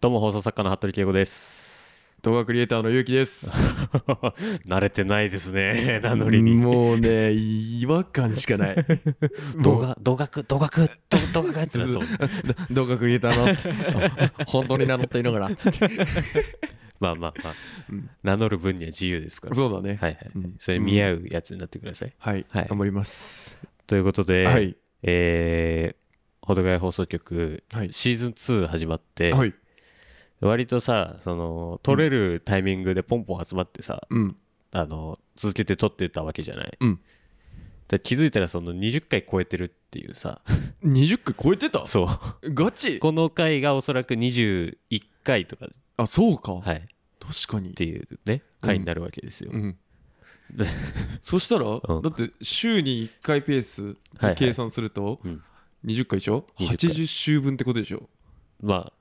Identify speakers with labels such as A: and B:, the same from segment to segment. A: どうも放送作家の服部圭吾です
B: 動画クリエイターのゆうきです。
A: 慣れてないですね名乗りに
B: もうね、違和感しかない。
A: 動
B: も
A: 画動画動画ど動画ってなやつを
B: う動画クリエイターの 本当に名乗っていながら。つって
A: まあまあまあ
B: うん
A: 名乗る分には自由ですから
B: そうだね。
A: はいはい
B: うん
A: それに見合うやつになってください
B: はい、
A: はい
B: 頑張ります。
A: ということで、
B: はい、
A: えー、ほどがい放送局、
B: はい
A: シーズン2始まって、
B: はい、
A: 割とさその撮れるタイミングでポンポン集まってさ、
B: うん、
A: あの続けて撮ってたわけじゃない、
B: うん
A: で気づいたらその20回超えてるっていうさ
B: 20回超えてた
A: そう
B: ガチ
A: この回がおそらく21回とか、
B: あ、そうか、
A: はい、っ
B: 確かに。
A: ていうね回になるわけですよ、
B: うん
A: で、
B: そしたら、
A: ん
B: だって週に1回ペース
A: はいはい
B: で計算すると、
A: うん
B: 20回でしょ
A: 20回
B: ?80 週分ってことでしょ
A: まあ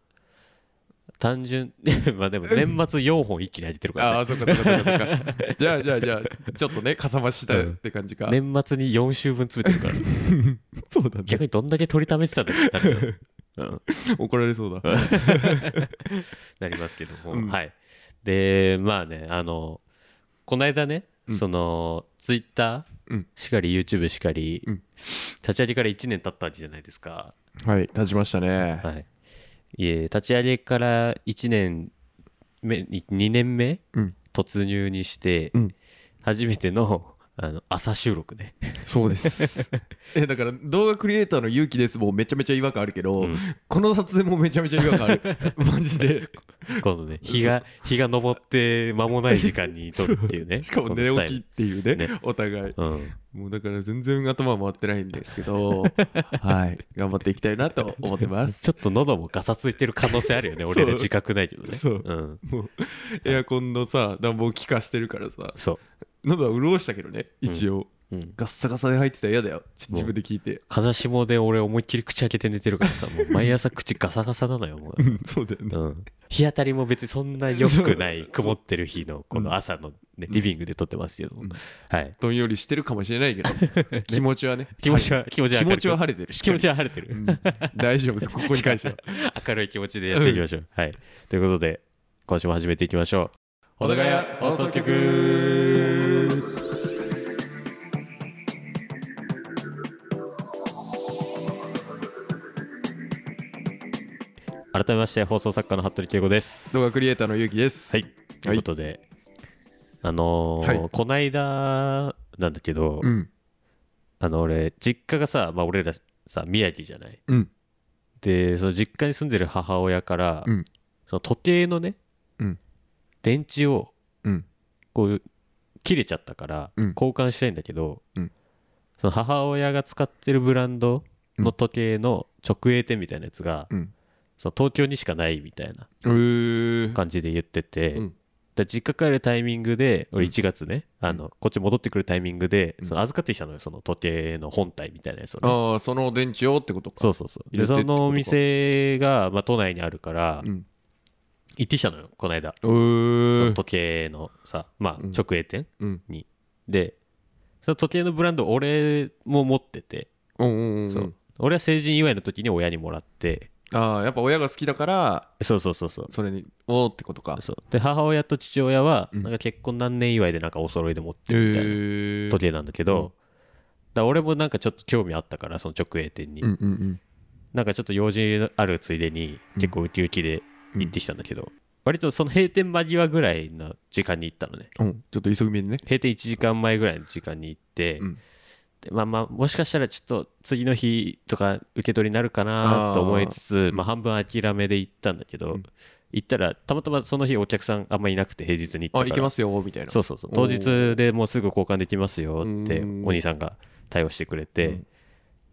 A: 単純 まあでも年末4本一気に入ってるから、
B: あ
A: ね
B: あ、そうかそうかそうかそうか。 じゃあじゃあじゃあ、ちょっとね、かさ増したって感じか。
A: 年末に4週分詰めてるから、
B: そうだね
A: 逆にどんだけ取りためてたんだって なるよ、うん、
B: 怒られそうだ。
A: なりますけども、
B: うん
A: はいでまあねあのこの間ね、
B: うん
A: そのツイッタ
B: う
A: ー
B: ん
A: しかり YouTube しかり、
B: うん
A: 立ち上げから1年経ったわけじゃないですか
B: はい、立ちましたね。
A: はいいえ立ち上げから1年目2年目
B: うん、
A: 突入にして、
B: うん
A: 初めてのあの朝収録ね
B: そうです。え、だから動画クリエイターの勇気ですもうめちゃめちゃ違和感あるけど、
A: うん
B: この撮影もめちゃめちゃ違和感ある。 マジで。
A: このね日が日が昇って間もない時間に撮るっていうね
B: しかも
A: このス
B: 寝
A: タイル
B: 起きっていうね、
A: ね
B: お互い。
A: うん
B: もうだから全然頭回ってないんですけ ど、はい、頑張っていきたいなと思ってます。
A: ちょっと喉もガサついてる可能性あるよね俺ら自覚ないけどね
B: そう
A: うん、
B: もうエアコンのさ暖房効かしてるからさ
A: そ
B: 喉は潤したけどね一応、
A: う、うん、
B: ガッサガサで入ってたら嫌だよちょっと自分で聞いて
A: 風下で俺思いっきり口開けて寝てるからさもう毎朝口ガサガサなのよもう、
B: うん そうだよね
A: うん、日当たりも別にそんな良くない曇ってる日のこの朝の、ね、リビングで撮ってますけど、
B: ん
A: はい
B: どんよりしてるかもしれないけど気持ち はね
A: 気持ちは気持ちは
B: 気
A: 明る
B: 持
A: く
B: ちは晴れてる
A: 気持ちは晴れてる、
B: うん大丈夫ですここに関 しては
A: 明るい気持ちでやっていきましょう、はいということで今週も始めていきましょう
B: 保土ヶ谷放送局
A: 改めまして放送作家の服部圭吾です
B: 動画クリエイターのゆうきです
A: はい、ということで、あのー
B: はい
A: こないだなんだけど、
B: うん
A: あの俺、実家がさ、まあ、俺らさ、宮城じゃない。
B: うん
A: で、その実家に住んでる母親から、
B: うん
A: その時計のね、
B: うん
A: 電池を
B: うん
A: こう切れちゃったから、
B: うん
A: 交換したいんだけど、
B: うん
A: その母親が使ってるブランド
B: う
A: の
B: ん
A: 時計の直営店みたいなやつが、
B: うん
A: その東京にしかないみたいな
B: うー
A: 感じで言ってて、
B: うん
A: で実家帰るタイミングで俺1月ね、あのこっち戻ってくるタイミングで、
B: うん
A: その預かってきたのよその時計の本体みたいなやつをね、
B: ああその電池をってことか
A: そううそうそう
B: 入
A: で
B: れてって
A: そ
B: ことか
A: のお店が、まあ、都内にあるから、
B: ん
A: 行ってきたのよこの間
B: う
A: そ
B: ー
A: の時計のさまあ
B: うん
A: 直営店
B: うん
A: に、でその時計のブランド俺も持ってて、
B: うんうんうん
A: そう俺は成人祝いの時に親にもらって
B: ああやっぱ親が好きだから
A: そうそうそうそう
B: それにおーってことか
A: そうで母親と父親は、
B: うん
A: なんか結婚何年祝いでなんかお揃いで持ってるみたいな
B: へえ
A: 時計なんだけど、
B: うん
A: だから俺もなんかちょっと興味あったからその直営店に、
B: うんうんうん
A: なんかちょっと用事あるついでに結構ウキウキで行ってきたんだけど、割とその閉店間際ぐらいの時間に行ったのね
B: うんちょっと急ぎ目にね
A: 閉店1時間前ぐらいの時間に行って、
B: うん
A: でまあまあもしかしたらちょっと次の日とか受け取りになるかなと思いつつまあ、半分諦めで行ったんだけど、
B: うん
A: 行ったらたまたまその日お客さんあんまいなくて平日に行った
B: あ
A: から
B: 行けますよみたいな
A: そううそうそう
B: お
A: 当
B: ー
A: 日でもうすぐ交換できますよって
B: うん
A: お兄さんが対応してくれて、
B: うん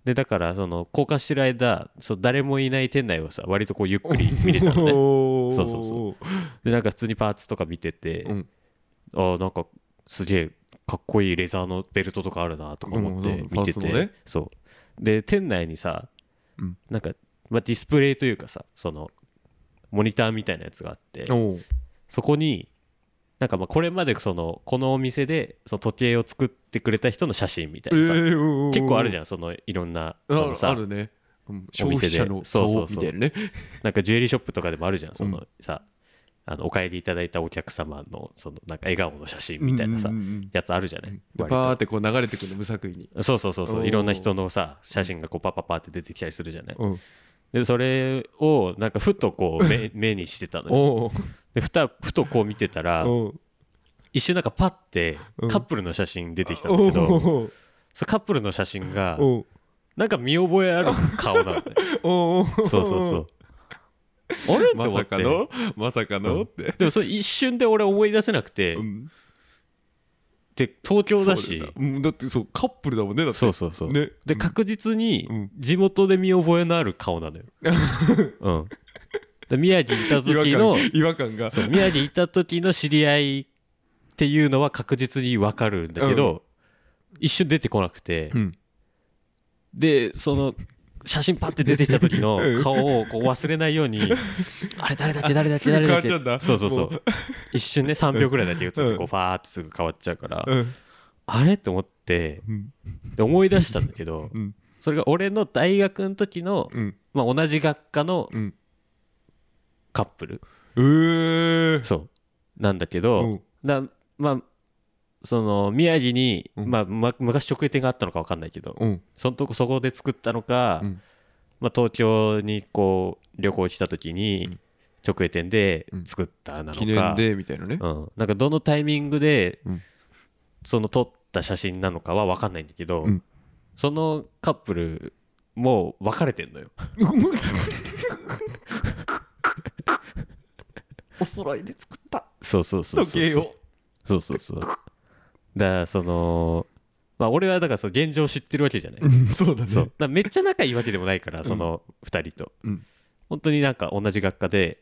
A: でだからその交換してる間そう誰もいない店内をさ割とこうゆっくり見れたの ね
B: そ う
A: そうそうそうでなんか普通にパーツとか見てて、
B: うん
A: あーなんかすげえかっこいいレザーのベルトとかあるなとか思って
B: うん
A: 見て
B: パーツ
A: て、
B: のね
A: そうで店内にさ、
B: うん
A: なんか、まあ、ディスプレイというかさそのモニターみたいなやつがあって、
B: おう
A: そこになんかまあこれまでそのこのお店でその時計を作ってくれた人の写真みたいなさ、結構あるじ
B: ゃ
A: ゃ
B: ん
A: んそのいろんなそのさ
B: あるねうん
A: お
B: 消
A: 店
B: 費
A: で
B: 者の
A: そうそう
B: 顔
A: そう
B: みたいなね。
A: なんかジュエリーショップとかでもあるじゃんそうのさ、あのお帰りいただいたお客様のそのなんか笑顔の写真みたいなさ、
B: うんうんうん
A: やつあるじゃない、
B: で
A: 割と
B: パーってこう流れてくるの無作為に。
A: そうそうそうそ
B: お
A: う
B: ー
A: いろんな人のさ写真がこうパッパッパーって出てきたりするじゃない
B: うん
A: でそれをなんかふとこう目目にしてたのよ
B: おう
A: でふたふとこう見てたら
B: おう
A: 一瞬なんかパッて
B: うん
A: カップルの写真出てきたんだ
B: お
A: け
B: う
A: ど
B: おう
A: そのカップルの写真が
B: おう
A: なんか見覚えある顔なの ね
B: おう
A: そうそう そうあれって
B: ま
A: 思っ
B: さ
A: て
B: かのまさか
A: うん
B: のって。
A: でもそれ一瞬で俺思い出せなくて
B: うん
A: で東京だし
B: そうだよなうんだってそうカップルだもんねだって
A: そうそうそう
B: ね
A: で確実
B: う
A: に
B: ん
A: 地元で見覚えのある顔 なのようんで宮城にいた時の
B: 違和感違和感が
A: そう宮城いた時の知り合いっていうのは確実に分かるんだけど、一瞬出てこなくて、
B: うん
A: でその写真パッて出てきた時の
B: うん
A: 顔をこう忘れないようにあれ誰だっけ誰だっけ
B: す
A: 誰
B: ぐ変
A: だ
B: わ
A: っ
B: っちゃうん
A: け
B: だ
A: そうそうそ
B: も
A: う一瞬ね3秒ぐらいだけ映って
B: うん
A: こうファーってすぐ変わっちゃうから、
B: うん
A: あれと思って
B: うん
A: で思い出したんだけど
B: うん
A: それが俺の大学の時の、
B: うん
A: まあ、同じ学科の
B: うん
A: カップル
B: うー
A: そうなんだけど、
B: うん
A: だまあその宮城に、
B: うん
A: まあ、ま昔直営店があったのか分かんないけど
B: うん
A: そのとこそこで作ったのか、
B: うん
A: まあ、東京にこう旅行来た時
B: う
A: に
B: ん
A: 直営店で
B: うん
A: 作ったなのか、
B: 記念でみたいなね
A: うん、なんかどのタイミングで、
B: うん
A: その撮った写真なのかは分かんないんだけど、
B: うん
A: そのカップルもう別れてんのよ
B: お揃いで作った
A: そうそうそう
B: 時
A: そう
B: 計を
A: そうそうそうだからそのまあ俺はだからその現状を知ってるわけじゃない
B: うん そうだね
A: そうだからめっちゃ仲いいわけでもないから、その2人と、
B: うん
A: 本当になんか同じ学科で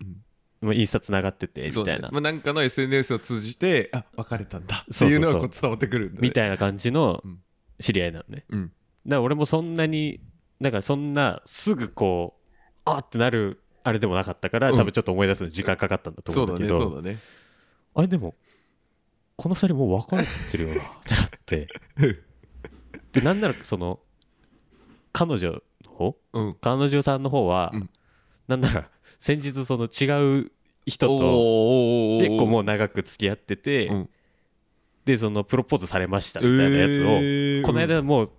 B: うん、
A: まあインスタつながってて
B: そ
A: み
B: う
A: た
B: だ
A: い
B: ね
A: な、
B: まあなんかの SNS を通じてあ別れたんだっ
A: そ
B: て
A: うそうそう
B: いうのがこう伝わってくるんだね
A: みたいな感じの
B: うん
A: 知り合いなのね、
B: うん
A: だから俺もそんなにだからそんなすぐこうあってなるあれでもなかったから、
B: うん
A: 多分ちょっと思い出すのに時間かかったんだと
B: そ
A: 思
B: う
A: うん
B: だ
A: だけ
B: ね
A: ど、
B: そうだね
A: あれでもこの2人もう別れて るよなってなってでなんならその彼女の方
B: うん
A: 彼女さんの方は、
B: うん
A: なんなら先日その違う人
B: おー
A: と
B: おーおーおー
A: 結構もう長く付き合ってて、
B: うん
A: でそのプロポーズされましたみたいなやつを、
B: えー
A: この間もう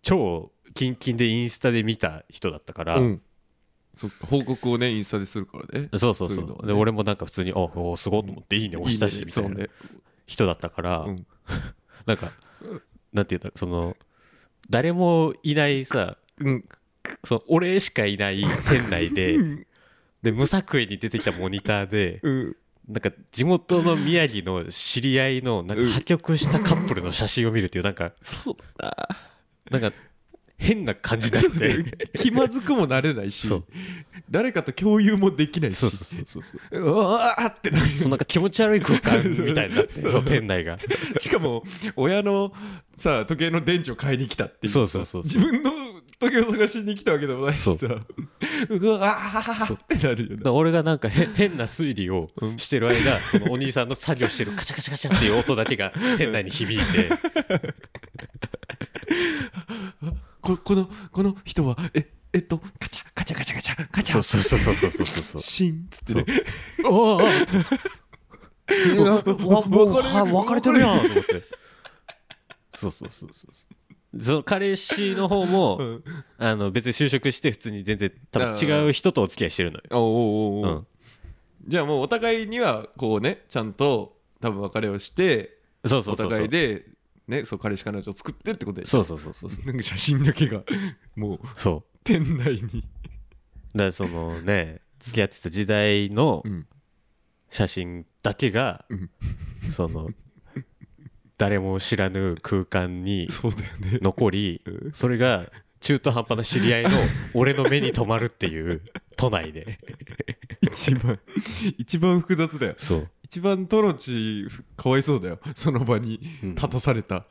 A: 超キンキンでインスタで見た人だったから、
B: うんそっか報告をねインスタでするからね
A: そうそうそう
B: そういうのはね
A: で俺もなんか普通に「あおーすごい」と思って「いいね押したし」みたい
B: そう
A: な
B: ね
A: 人だったから、
B: うん
A: なんかなんていうんだろうその誰もいないさ
B: うん
A: その俺しかいない店内 でで無作為に出てきたモニターで。
B: うん
A: なんか地元の宮城の知り合いのなんか
B: うん
A: 破局したカップルの写真を見るっていうなんか
B: そうだ
A: なんか変な感じになって
B: 気まずくもなれないし
A: そう
B: 誰かと共有もできないし
A: そうそう そうそう
B: うわーってなる
A: そのなんか気持ち悪い空間みたいにな って
B: そう
A: そう店内が
B: しかも親のさ時計の電池を買いに来たっていう
A: そうそうそう
B: 自分の時計を探しに来たわけでもないしさうわーってなるよ
A: だ
B: ね
A: から俺がなんかへ変な推理をしてる間そのお兄さんの作業してるカチャカチャカチャっていう音だけが店内に響いて
B: ここのこの人はええっとカチャカチャカチャカチャカチ
A: そう
B: ャ
A: そうそうそうそうそうそう
B: シーンっつって
A: そう
B: ね
A: おーおーわもうは別
B: 別
A: れて
B: れて
A: る
B: る
A: やんと思ってそうそうそうそうそうその彼氏の方も、
B: うん
A: あの別に就職して普通に全然多分違う人とお付き合いしてるのよ、
B: おうおうおうおう
A: う
B: じゃあもうお互いにはこうねちゃんと多分別れをして
A: ん、そうそう
B: お
A: そうそう
B: 互いでねそう彼氏彼女を作ってってことで
A: そうそうそうそうそう
B: なんか写真だけがもう
A: そう
B: 店内に
A: だからそのね付き合ってた時代の
B: ん
A: 写真だけが、
B: うん
A: その誰も知らぬ空間に
B: そうだよね
A: 残り
B: うん
A: それが中途半端な知り合いの俺の目に留まるっていう都内で
B: 一番 一番複雑だよ
A: そう
B: 一番トロチかわいそうだよその場に
A: うん
B: 立たされた、
A: だか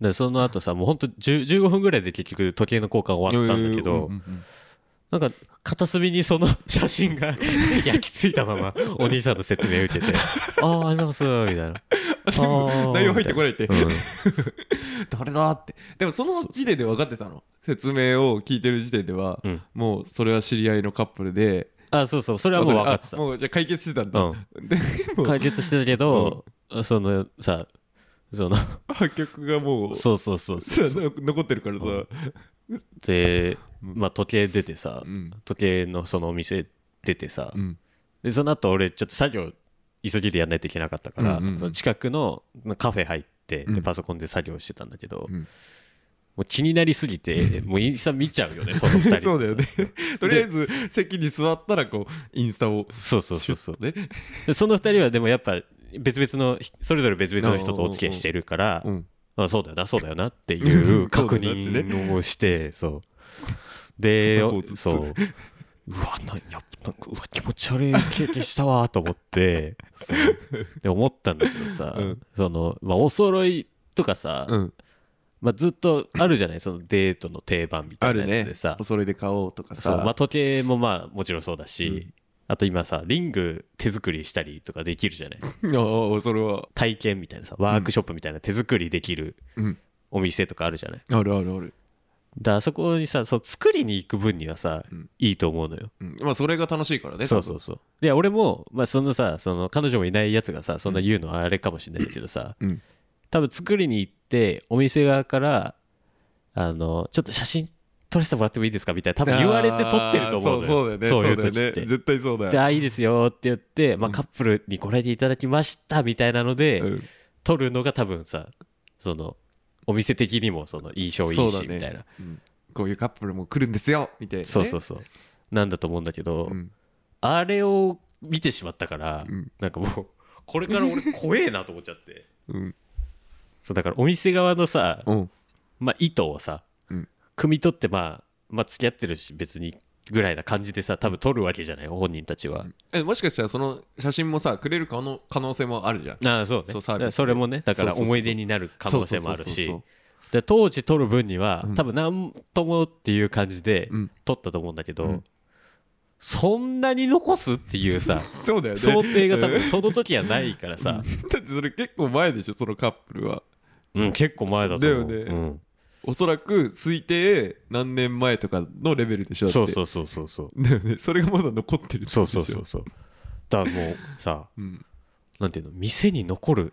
A: らその後さもうほんと10 15分ぐらいで結局時計の交換終わったんだけど、
B: うん
A: なんか片隅にその写真 が焼き付いたままお兄さんの説明を受けて「ああありがとうございます」みたいな
B: でも
A: あー
B: 内容入ってこないって、
A: うん
B: 誰だってでもその時点で分かってたの説明を聞いてる時点では、
A: うん
B: もうそれは知り合いのカップルで
A: あそうそうそれはもう分かってた
B: あもうじゃあ解決してたんだ、
A: う
B: で
A: ん解決してたけどそのさそ の
B: 破局がもう
A: そうそうそう
B: さ
A: そう
B: 残ってるからさ、
A: で
B: うん
A: まあ時計出てさ
B: うん
A: 時計のそのお店出てさ
B: うん
A: でその後俺ちょっと作業急ぎでやんないといけなかったから、
B: うんうんうん
A: その近くのカフェ入って
B: う
A: で
B: ん
A: パソコンで作業してたんだけど、
B: うん
A: もう気になりすぎ てもうインスタ見ちゃうよねその二人
B: そうだよね とりあえず席に座ったらこうインスタを
A: そうそうそうそう
B: ね
A: でその二人はでもやっぱ別々のそれぞれ別々の人とお付き合いしてるから、
B: うん
A: あそうだよなそうだよなっていう
B: そうだ
A: 確
B: よなってね
A: 認をしてそうで
B: 片方ずつ
A: そううわなやっぱなんかうわ気持ち悪い経験したわと思ってそうで思ったんだけどさ、
B: うん
A: そのまあ、お揃いとかさ、
B: うん
A: まあ、ずっとあるじゃないそのデートの定番みた
B: あ
A: いな
B: る
A: や
B: ね
A: つでさ、
B: お揃いで買おうとか
A: そう
B: さ
A: まあ、時計もまあもちろんそうだし、
B: うん
A: あと今さリング手作りしたりとかできるじゃない
B: ああそれは
A: 体験みたいなさワークショップみたいな手作りできる
B: うん
A: お店とかあるじゃない
B: あるあるある、
A: だからそこにさそう作りに行く分にはさ、
B: うん
A: いいと思うのよ
B: うん、まあそれが楽しいからね
A: そうそうそうで俺も、まあ、そのさその彼女もいないやつがさそんな言うのはあれかもしれないけどさ、
B: うん
A: 多分作りに行ってお店側からあのちょっと写真撮らせてもらってもいいですかみたいな多分言われて撮ってると思うのよ
B: あーそうそうだよね
A: いう時
B: だよ
A: っ
B: ね
A: て。
B: 絶対そうだよ
A: であいいですよって言って、まあ、
B: うん
A: カップルにこれでいただきましたみたいなので、
B: うん
A: 撮るのが多分さそのお店的にもその印象いい
B: そう
A: し
B: だね
A: みたいな
B: うんこういうカップルも来るんですよみたいなね
A: そうそうそうなんだと思うんだけど、
B: うん
A: あれを見てしまったから、
B: うん
A: なんかもうこれから俺怖えなと思っちゃって
B: うん
A: そうだからお店側のさ、
B: うん
A: まあ、意図をさ、
B: うん
A: 汲み取って、まあ、まあ付き合ってるし別にぐらいな感じでさ多分撮るわけじゃない本人たちは、
B: えもしかしたらその写真もさくれる可能可能性もあるじゃん
A: ああそうね
B: そうサービ
A: だから
B: スで
A: それもねだから
B: そうそうそう
A: 思い出になる可能性もあるし
B: そうそうそう
A: で当時撮る分には、
B: うん
A: 多分なんともっていう感じで
B: うん
A: 撮ったと思うんだけど、
B: うん
A: そんなに残すっていうさ
B: そうそうだよね
A: 想定が多
B: う
A: 分
B: ん
A: その時はないからさ、
B: だってそれ結構前でしょそのカップルは
A: うん、結構前だと思う
B: だよね
A: うん
B: おそらく推定何年前とかのレベルでしょだって
A: そうそうそうそうそう
B: だよね それがまだ残ってるって
A: そ
B: こ
A: う
B: とでし
A: そ
B: ょ
A: うそうそうだからもうさ
B: うん
A: なんていうの店に残る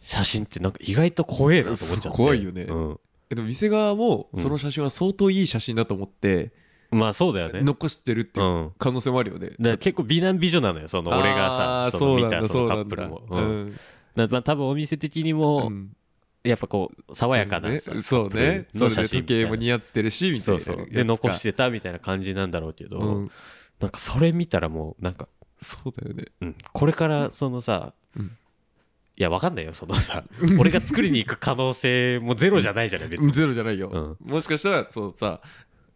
A: 写真ってなんか意外と怖えなと思っちゃって
B: 怖いよね
A: うん
B: えでも店側もその写真は相当いい写真だと思って
A: まあそうだよね
B: 残してるって
A: う
B: いうん可能性もあるよね
A: だから結構美男美女なのよその俺が
B: あ
A: さ
B: ー
A: その見
B: うなん
A: た
B: だ
A: そのカ
B: うな
A: ッ
B: ん
A: プ
B: だ
A: ルも、うんだまあ多分お店的に
B: うん
A: も、
B: うん
A: やっぱこう爽やかなさ、
B: そう
A: カッ
B: ね
A: プルの
B: そ
A: 写
B: れで
A: 真み
B: 時
A: たいな
B: 計も似合ってるしみたい
A: そう
B: な
A: そう
B: や
A: で
B: つか
A: 残してたみたいな感じなんだろうけど、
B: うん
A: なんかそれ見たらもうなんか、
B: そうだよね
A: うん、これからそのさ、
B: うん
A: いやわかんないよそのさ俺が作りに行く可能性もゼロじゃないじゃない別に、
B: ゼロじゃないよもしかしたらそうさ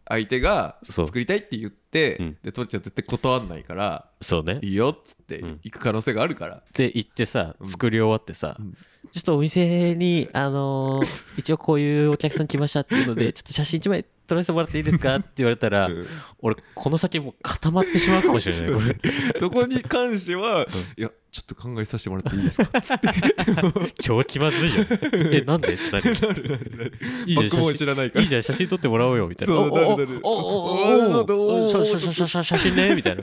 B: 相手が
A: そう
B: 作りたいって言っ
A: うん
B: てで父ちゃん絶対断んないから
A: そうね
B: いいよっつって
A: うん
B: 行く可能性があるから
A: って言ってさ
B: うん
A: 作り終わってさ、
B: うん
A: ちょっとお店にあのー一応こういうお客さん来ましたっていうのでちょっと写真一枚撮らせてもらっていいですかって言われたら、
B: うん
A: 俺この先もう固まってしまうかもしれないこれ
B: そこに関しては、いや、ちょっと考えさせてもらっていいです か
A: 超気まずいよえなんでってなるいい
B: バ
A: じゃん写
B: ックボーン
A: 真
B: 知らないか
A: い
B: ら
A: い。じゃん写真撮ってもらおうよみたいな。
B: そう
A: おお
B: なるなる
A: おおおおおお写写写写写真ねみたいな。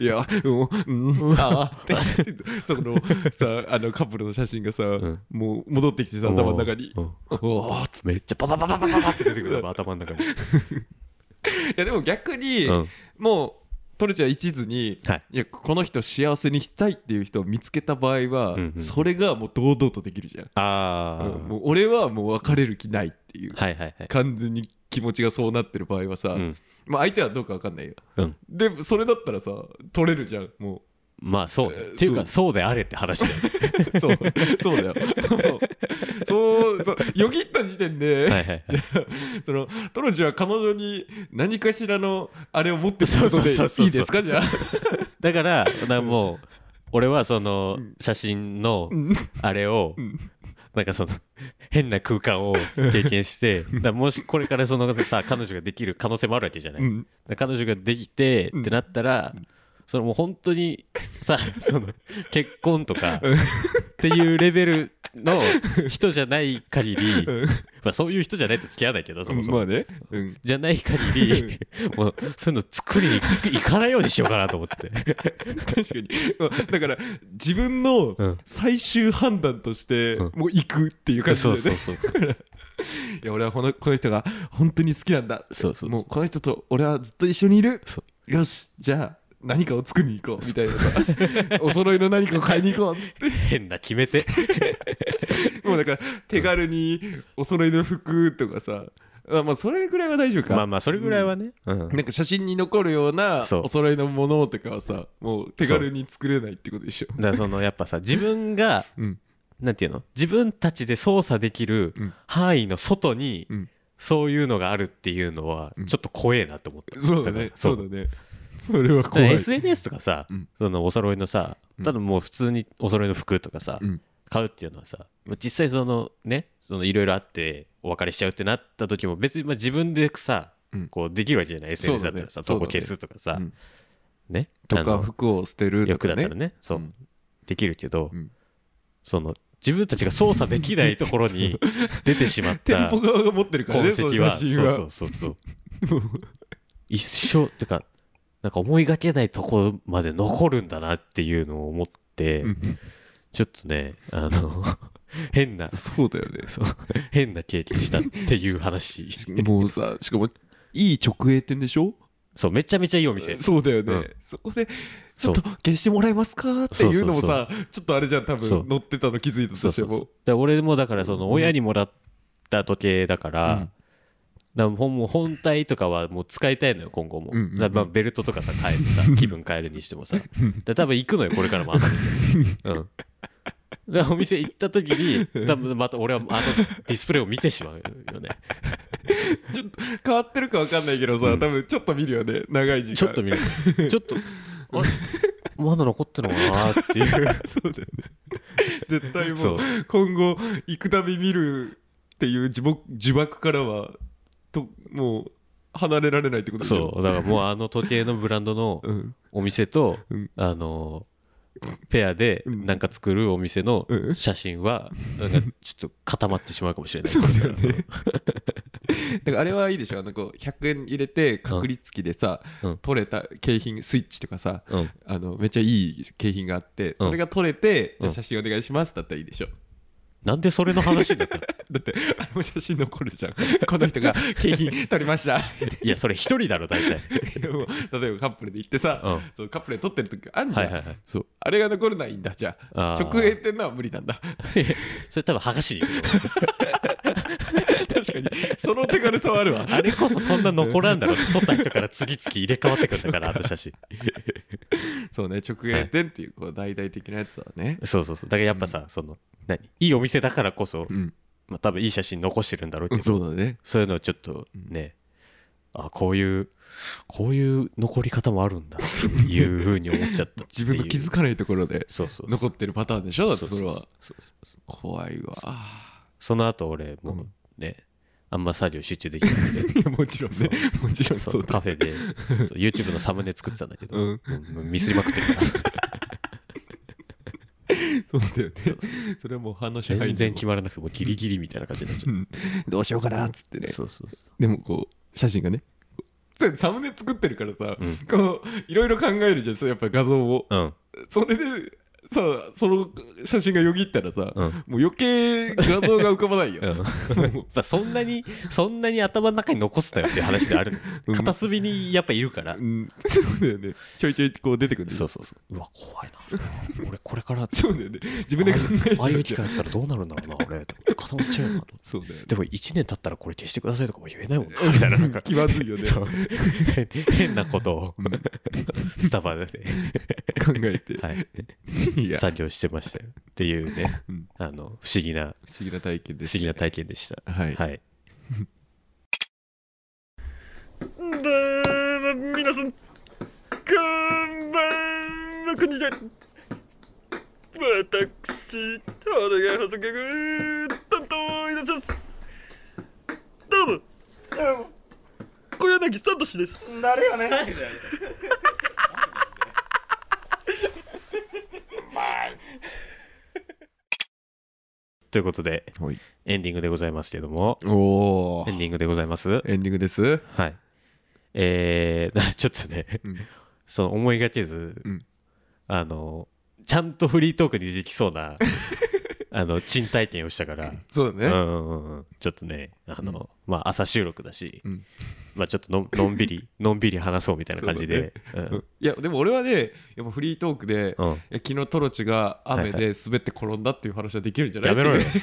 B: いや、うん、うん、ああ、ってそこのさ、あのカップルの写真がさ、
A: ん
B: もう戻ってきてさ、頭の中に。
A: うん
B: おーっつって
A: めっちゃパパパパパパパって出てくる頭の中に。
B: いや、でも逆に、
A: うん
B: もう、トルチは一途に、
A: はい。
B: いや、この人幸せにしたいっていう人を見つけた場合は、
A: うんうん
B: それがもう堂々とできるじゃん。
A: ああ。
B: うんもう俺はもう別れる気ないっていう、
A: はいはいはい。
B: 完全に気持ちがそうなってる場合はさ、
A: うん
B: まあ相手はどうかわかんないよ。
A: うん。
B: でそれだったらさ取れるじゃんも
A: まあそうね。っていうかそうであれって話だよね。
B: う そうそうだよそうそうよぎった時点で、
A: はいはいはい。
B: そのトロジは彼女に何かしらのあれを持ってくるこ
A: そう
B: と
A: そ
B: で
A: うそうそう
B: いいですかじゃあ
A: だからだからもう俺はその写真のあれを
B: ん
A: なんかその変な空間を経験してだからもしこれからそのさ彼女ができる可能性もあるわけじゃない。
B: うん
A: で彼女ができてってなったら、それもう本当 にさその結婚とかっていうレベルの人じゃない限り、
B: うん
A: まあ、そういう人じゃないと付き合わないけどそもそも、
B: まあね、うん、
A: じゃない限 りもうそういうの作りに行く行かないようにしようかなと思って、
B: 確かに、まあだから自分の
A: うん
B: 最終判断として
A: うん
B: もう行くっていう感じだ
A: そう
B: よね、
A: そうそうそう
B: いや俺はこのこの人が本当に好きなんだ
A: そうそう
B: もうこの人と俺はずっと一緒にいる
A: そ
B: よしじゃあ何かを作りに行こうみたいなさ お揃いの何かを買いに行こうっつって
A: 変な決めて
B: もうだから手軽にお揃いの服とかさあまあそれぐらいは大丈夫か、
A: まあまあそれぐらいはね、うん
B: なんか写真に残るような
A: そう
B: お揃いのものとかはさもう手軽に作れないってことでしょ
A: だからそのやっぱさ自分が
B: うん
A: なんていうの自分たちで操作できる
B: うん
A: 範囲の外に、
B: うん
A: そういうのがあるっていうのは
B: うん
A: ちょっと怖えなって思った、
B: そうだ
A: から
B: ねそうだねそれは
A: だから
B: 怖い
A: SNS とかさ、
B: うん
A: そのお揃いのさ
B: うん
A: ただもう普通にお揃いの服とかさ、
B: うん
A: 買うっていうのはさ実際そのねそのいろいろあってお別れしちゃうってなった時も別にまあ自分でさ、
B: うん
A: こうできるわけじゃない SNS だったらさ、
B: そう
A: 投
B: だね
A: 稿消すとかさ、
B: うん
A: ね
B: と
A: あ
B: か
A: の
B: 服を捨てると
A: 役だ
B: か
A: った
B: ね
A: らねそう、
B: うん
A: できるけど、
B: うん
A: その自分たちが操作できないところに出てしまっ
B: 店
A: た
B: 舗
A: 痕
B: 側が持ってるからねその
A: 跡は
B: 写
A: そう
B: 真は
A: そうそうそう一生ってかなんか思いがけないところまで残るんだなっていうのを思って、
B: うん
A: ちょっとねあの変な
B: そうだよね
A: そう変な経験したっていう話
B: もうさしかもいい直営店でしょ
A: そうめちゃめちゃいいお店
B: そうだよね、
A: うん
B: そこでち
A: そう
B: ょっと消してもらえますかっていうのもさちょっとあれじゃん多
A: そう
B: 分乗ってたの気づいた
A: そ
B: と
A: う
B: して
A: そうそう
B: も
A: で俺もだからその
B: うん
A: 親にもらった時計だから、
B: うん
A: だからほんもう本体とかはもう使いたいのよ今後も、
B: うんうんうん
A: だからまあベルトとかさ変えてさ 気分変えるにしてもさで多分行くのよこれからもあの 店うんだからお店行った時に多分また俺はあのディスプレイを見てしまうよね
B: ちょっと変わってるか分かんないけどさ、
A: うん
B: 多分ちょっと見るよね長い時間
A: ちょっと見るちょっとあれまだ残ってるのかなっていう
B: そうだよね絶対
A: そ
B: も
A: う
B: う今後行くたび見るっていう自爆自爆からはともう離れられないって ことでしょ
A: そうだからもうあの時計のブランドの
B: うん
A: お店と、
B: うん
A: あのペアで
B: うん
A: なんか作るお店の
B: うん
A: 写真はなんかちょっと固まってしまうかもしれない
B: そうだよね だからあれはいいでしょあのこう100円入れて確率機でさ、
A: うん
B: 取れた景品スイッチとかさ
A: うん
B: あのめっちゃいい景品があってそれが取れて、じゃあ写真お願いしますだったらいいでしょ
A: なんでそれの話にな ったの
B: だってあれも写真残るじゃんこの人が景品取りま した
A: いやそれ一人だろ大体
B: いやもう例えばカップルで行ってさ、
A: うん
B: そうカップルで撮ってる時あんじゃ
A: は
B: ん、
A: いはいはい
B: そうあれが残るのはいいんだじゃあ
A: あー
B: 直営店のは無理なんだ
A: それ多分剥がしに行くと思う
B: 確かにその手軽さはあるわ
A: あれこそそんな残らんだろ撮った人から次々入れ替わってくんだか らあの写真
B: そうね直営店っていうこう大々的なやつはね、
A: そうそうそうだからやっぱさ、その何いいお店だからこそ、
B: うん
A: まあ、多分いい写真残してるんだろうけど、
B: そうだね
A: そういうのをちょっとね、あこういうこういう残り方もあるんだっていうふうに思っちゃった ってい
B: 自
A: う
B: 分の気づかないところで
A: そうそうそう
B: 残ってるパターンでしょだって
A: う
B: それ
A: う
B: は
A: そうそうそう
B: 怖いわ
A: その後俺もうね、あんま作業集中できなくて
B: いやもちろんねもちろん
A: そ
B: そううだ
A: カフェでそう YouTube のサムネ作ってたんだけど、
B: うん
A: もうミスりまくってるから
B: そうだよねそ れはもう話入んない
A: 全然決まらなくてもうギリギリみたいな感じになっちゃっ
B: どうしようかなっつって
A: て
B: ね
A: そうそうそう
B: でもこう写真がねそれサムネ作ってるからさ、
A: うん
B: こういろいろ考えるじゃんそうやっぱ画像を
A: うん
B: それでさその写真がよぎったらさ、
A: うん
B: もう余計画像が浮かばないよ、
A: うん まあそんなにそんなに頭の中に残すなよっていう話である
B: うん
A: 片隅にやっぱいるから
B: うん、そうだよねちょいちょいこう出てくるんだよ
A: そうそうそう。うわ、怖いな。 俺、これから、
B: そうだよね自分で考えちゃ
A: ああいうう機会あったらどうなるんだろうな、俺。固まっちゃうよな。
B: そうだよね
A: でも、1年経ったらこれ消してくださいとかも言えないもんな。 みたいな、なんか、
B: 気まずいよね
A: そ
B: 考
A: う変変なことを、スタバで ね、
B: えて、
A: はい、
B: い、や不
A: 作業してましたよ。っていうね
B: うん、
A: あの、不思議な、
B: 思議な体験で
A: 不
B: す
A: 思議な体験でした。
B: はい、
A: はい。
C: 皆さん、こんばんは、こんにちは。私、お願い補足役、担当いたします。どうも、小柳聡です。誰やねん。
A: ということで、
B: はい
A: エンディングでございますけども、
B: おお
A: エンディングでございます。
B: エンディングです
A: はい。えー、 ちょっとね、
B: うん
A: その思いがけず、
B: うん
A: あの、ちゃんとフリートークにできそう な、あの、賃体験をしたから、
B: そう
A: う
B: だ
A: ん
B: ね
A: うんうんうん、ちょっとね、あの、まあ、朝収録だし、
B: うん
A: まあ、ちょっとののんび り、のんびり話そうみたいな感じで、うん
B: いやでも俺はねやっぱフリートークで
A: うん
B: いや昨日トロチが雨
A: はい
B: で滑って転んだっていう話はできるんじゃな
A: や
B: い
A: め ろよ
B: って。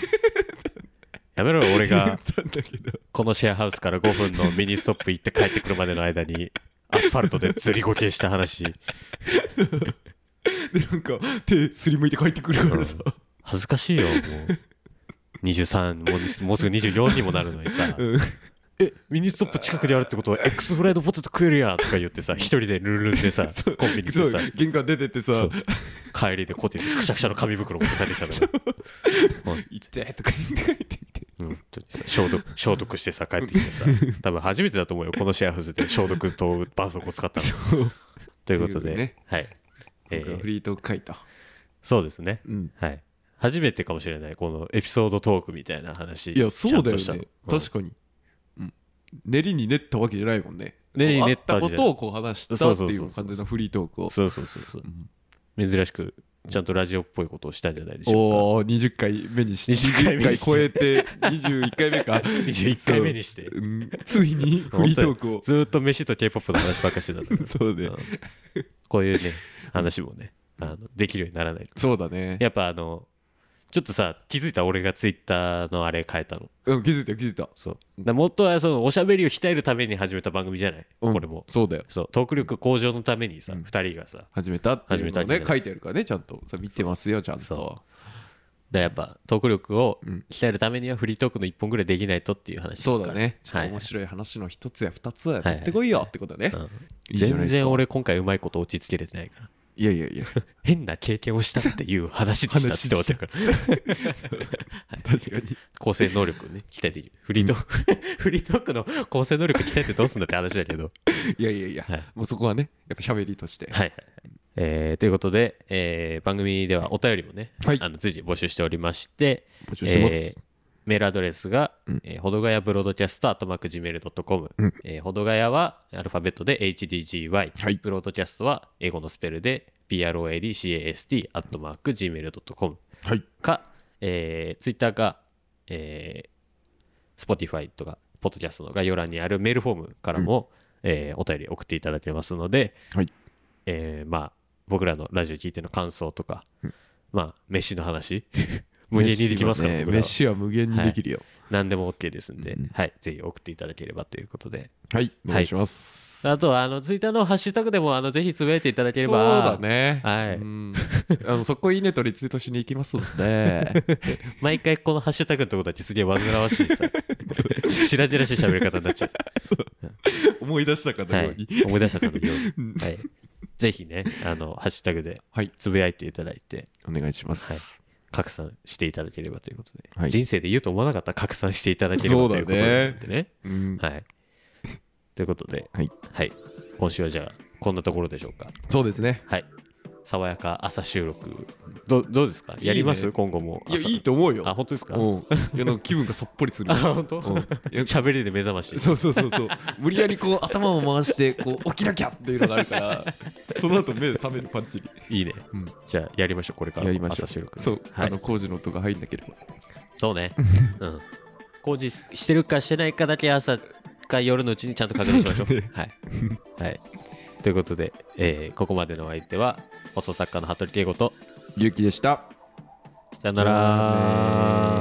A: やめろよ、俺
B: 言
A: が
B: っ。たんだけど
A: このシェアハウスから5分のミニストップ行って帰ってくるまでの間に、アスファルトでずりごけした話、
B: でなんか手すりむいて帰ってくるからさ、
A: 恥ずかしいよ、も う。23、もうもうすぐ24にもなるのにさ、
B: うん
A: え、ミニストップ近くであるってことは、X フライドポテト食えるやんとか言ってさ、一人でルンルンでさ、コンビニ
B: そ
A: で
B: う
A: さ、
B: 玄関出てって
A: そ
B: さ
A: う帰りでこうやってくしゃくしゃの紙袋持って帰ってきたのよ。
B: 「行って」とか言って帰ってきて
A: うん本当にさ消毒消毒してさ帰ってきてさ多分初めてだと思うよこのシェアハウスで消毒と絆創膏使 ったの
B: そう
A: ということ
B: ということで
A: で
B: ね
A: はい、え
B: 僕はフ
A: ー、
B: リートーク書いた
A: そうですね
B: うん
A: はい初めてかもしれないこのエピソードトークみたいな話
B: いやそうだよ
A: ちゃん
B: ね
A: としたの
B: 確かに、うん練りに練ったわけじゃないもんね
A: 練りに練った
B: あ
A: わ
B: っ
A: けじゃな
B: たこ
A: い
B: とをこう話した
A: そう
B: って
A: そうそう
B: い
A: そう
B: う完全なフリートークを
A: そうそうそうそう
B: うん
A: 珍しくちゃんとラジオっぽいことをしたんじゃないでしょう
B: おお20回目にして
A: 20回目にして
B: 超えて21回目か
A: 21回目にして
B: そううんついにフリートーク
A: か
B: を
A: ずーっと飯と K-POP の話ばっかりしてたん だか
B: そうね
A: ら、うんこういうね話もねあのできるようにならないと
B: そうだね
A: やっぱあのちょっとさ気づいた俺がツイッターのあれ変えたの
B: うん気づいた気づいた
A: そう。だから元はそのおしゃべりを鍛えるために始めた番組じゃない、
B: うん
A: これも。
B: そうだよ
A: そう、トーク力向上のためにさ、
B: うん
A: 二2人がさ、だか
B: 始めたっていう
A: 始
B: の
A: めた
B: ね書いてあるからねちゃんとさ見てますよちゃんと
A: そらやっぱトーク力を
B: うん
A: 鍛えるためにはフリートークの一本ぐらいできないとっていう話ですか
B: そ
A: ら
B: うだねちょっ
A: は
B: と
A: い
B: 面。白い話の一つや二つや
A: はい
B: 取ってこいよってことね
A: うん
B: いいじゃない
A: 全
B: ですか
A: 然俺今回うまいこと落ち着けれてないから
B: いやいやいや
A: 変な経験をしたっていう話 でしたって思ってるから
B: 確かに
A: 構成能力をね鍛えているフリートークフリートークの構成能力鍛えてどうすんだって話だけど
B: いやいやいや
A: はい
B: もうそこはねやっぱ喋りとして
A: はいはいはい。えーということで、えー番組ではお便りもね、
B: はい
A: あの随時募集しておりまして、
B: 募集してます
A: ーメールアドレスが、
B: うん
A: えーほどがやブロードキャスト、アットマーク Gmail.com、
B: うん
A: えーほどがやはアルファベットで HDGY、
B: はい
A: ブロードキャストは英語のスペルで BROADCAST、アットマーク Gmail.com
B: はい
A: か、えー、Twitter か、えー、Spotify とか、ポッドキャストの概要欄にあるメールフォームからも、えーお便り送っていただけますので、
B: はい
A: えーまあ、僕らのラジオ聞いての感想とか、
B: うん
A: まあ、飯の話、 無限にできますから、
B: 飯はね
A: 僕らは
B: 飯は無限にできるよ
A: 何でも OK ですんで、
B: うん
A: はい、ぜひ送っていただければということで、
B: はいお願いします
A: あとは、あの、ツイッターのハッシュタグでも、あの、ぜひつぶやいていただけれ
B: そう
A: ば、
B: だね
A: はい
B: うん あのそこいいねとリツイートしに行きますので
A: 毎回このハッシュタグのとこだけすげえ煩わし いさ、白々しい喋り方になっちゃう。
B: 思い出したか
A: は
B: のよう
A: い
B: に、
A: 思い出したかのよう
B: うん
A: に、はい、ぜひねあのハッシュタグで
B: はい
A: つぶやいていただいて、
B: お願いしま
A: はい
B: す、
A: 拡散していただければということで、
B: はい
A: 人生で言うと思わなかったら拡散していただければということなんでね
B: うん
A: はい、ということで、
B: はい
A: はい、今週はじゃあこんなところでしょうか
B: そうですね
A: はい爽やか朝収録どどうですかやります
B: いいね
A: 今後も
B: いや
A: 朝
B: いいと思うよ
A: あ本当ですか
B: うんいやなんか気分がさっぱりする
A: あ本当
B: うんいや
A: 喋りで目覚まし
B: そうそうそうそう無理やりこう頭を回してこう起きなきゃっていうのがあ るからその後目覚めるパンチに
A: いいね、
B: うん
A: じゃあやりましょうこれから
B: やり
A: も
B: ましょ
A: 朝
B: う
A: 収録
B: そう、
A: はい
B: あの工事の音が入んなければ
A: そうね。うん。工事してるかしてないかだけ朝か夜のうちにちゃんと確認しましょ
B: そう
A: う
B: だね。
A: はい。はい。ということで、えーここまでのお相手は、放送作家の服部恵吾と、
B: ゆうきでした
A: さよな
B: さよな
A: ら。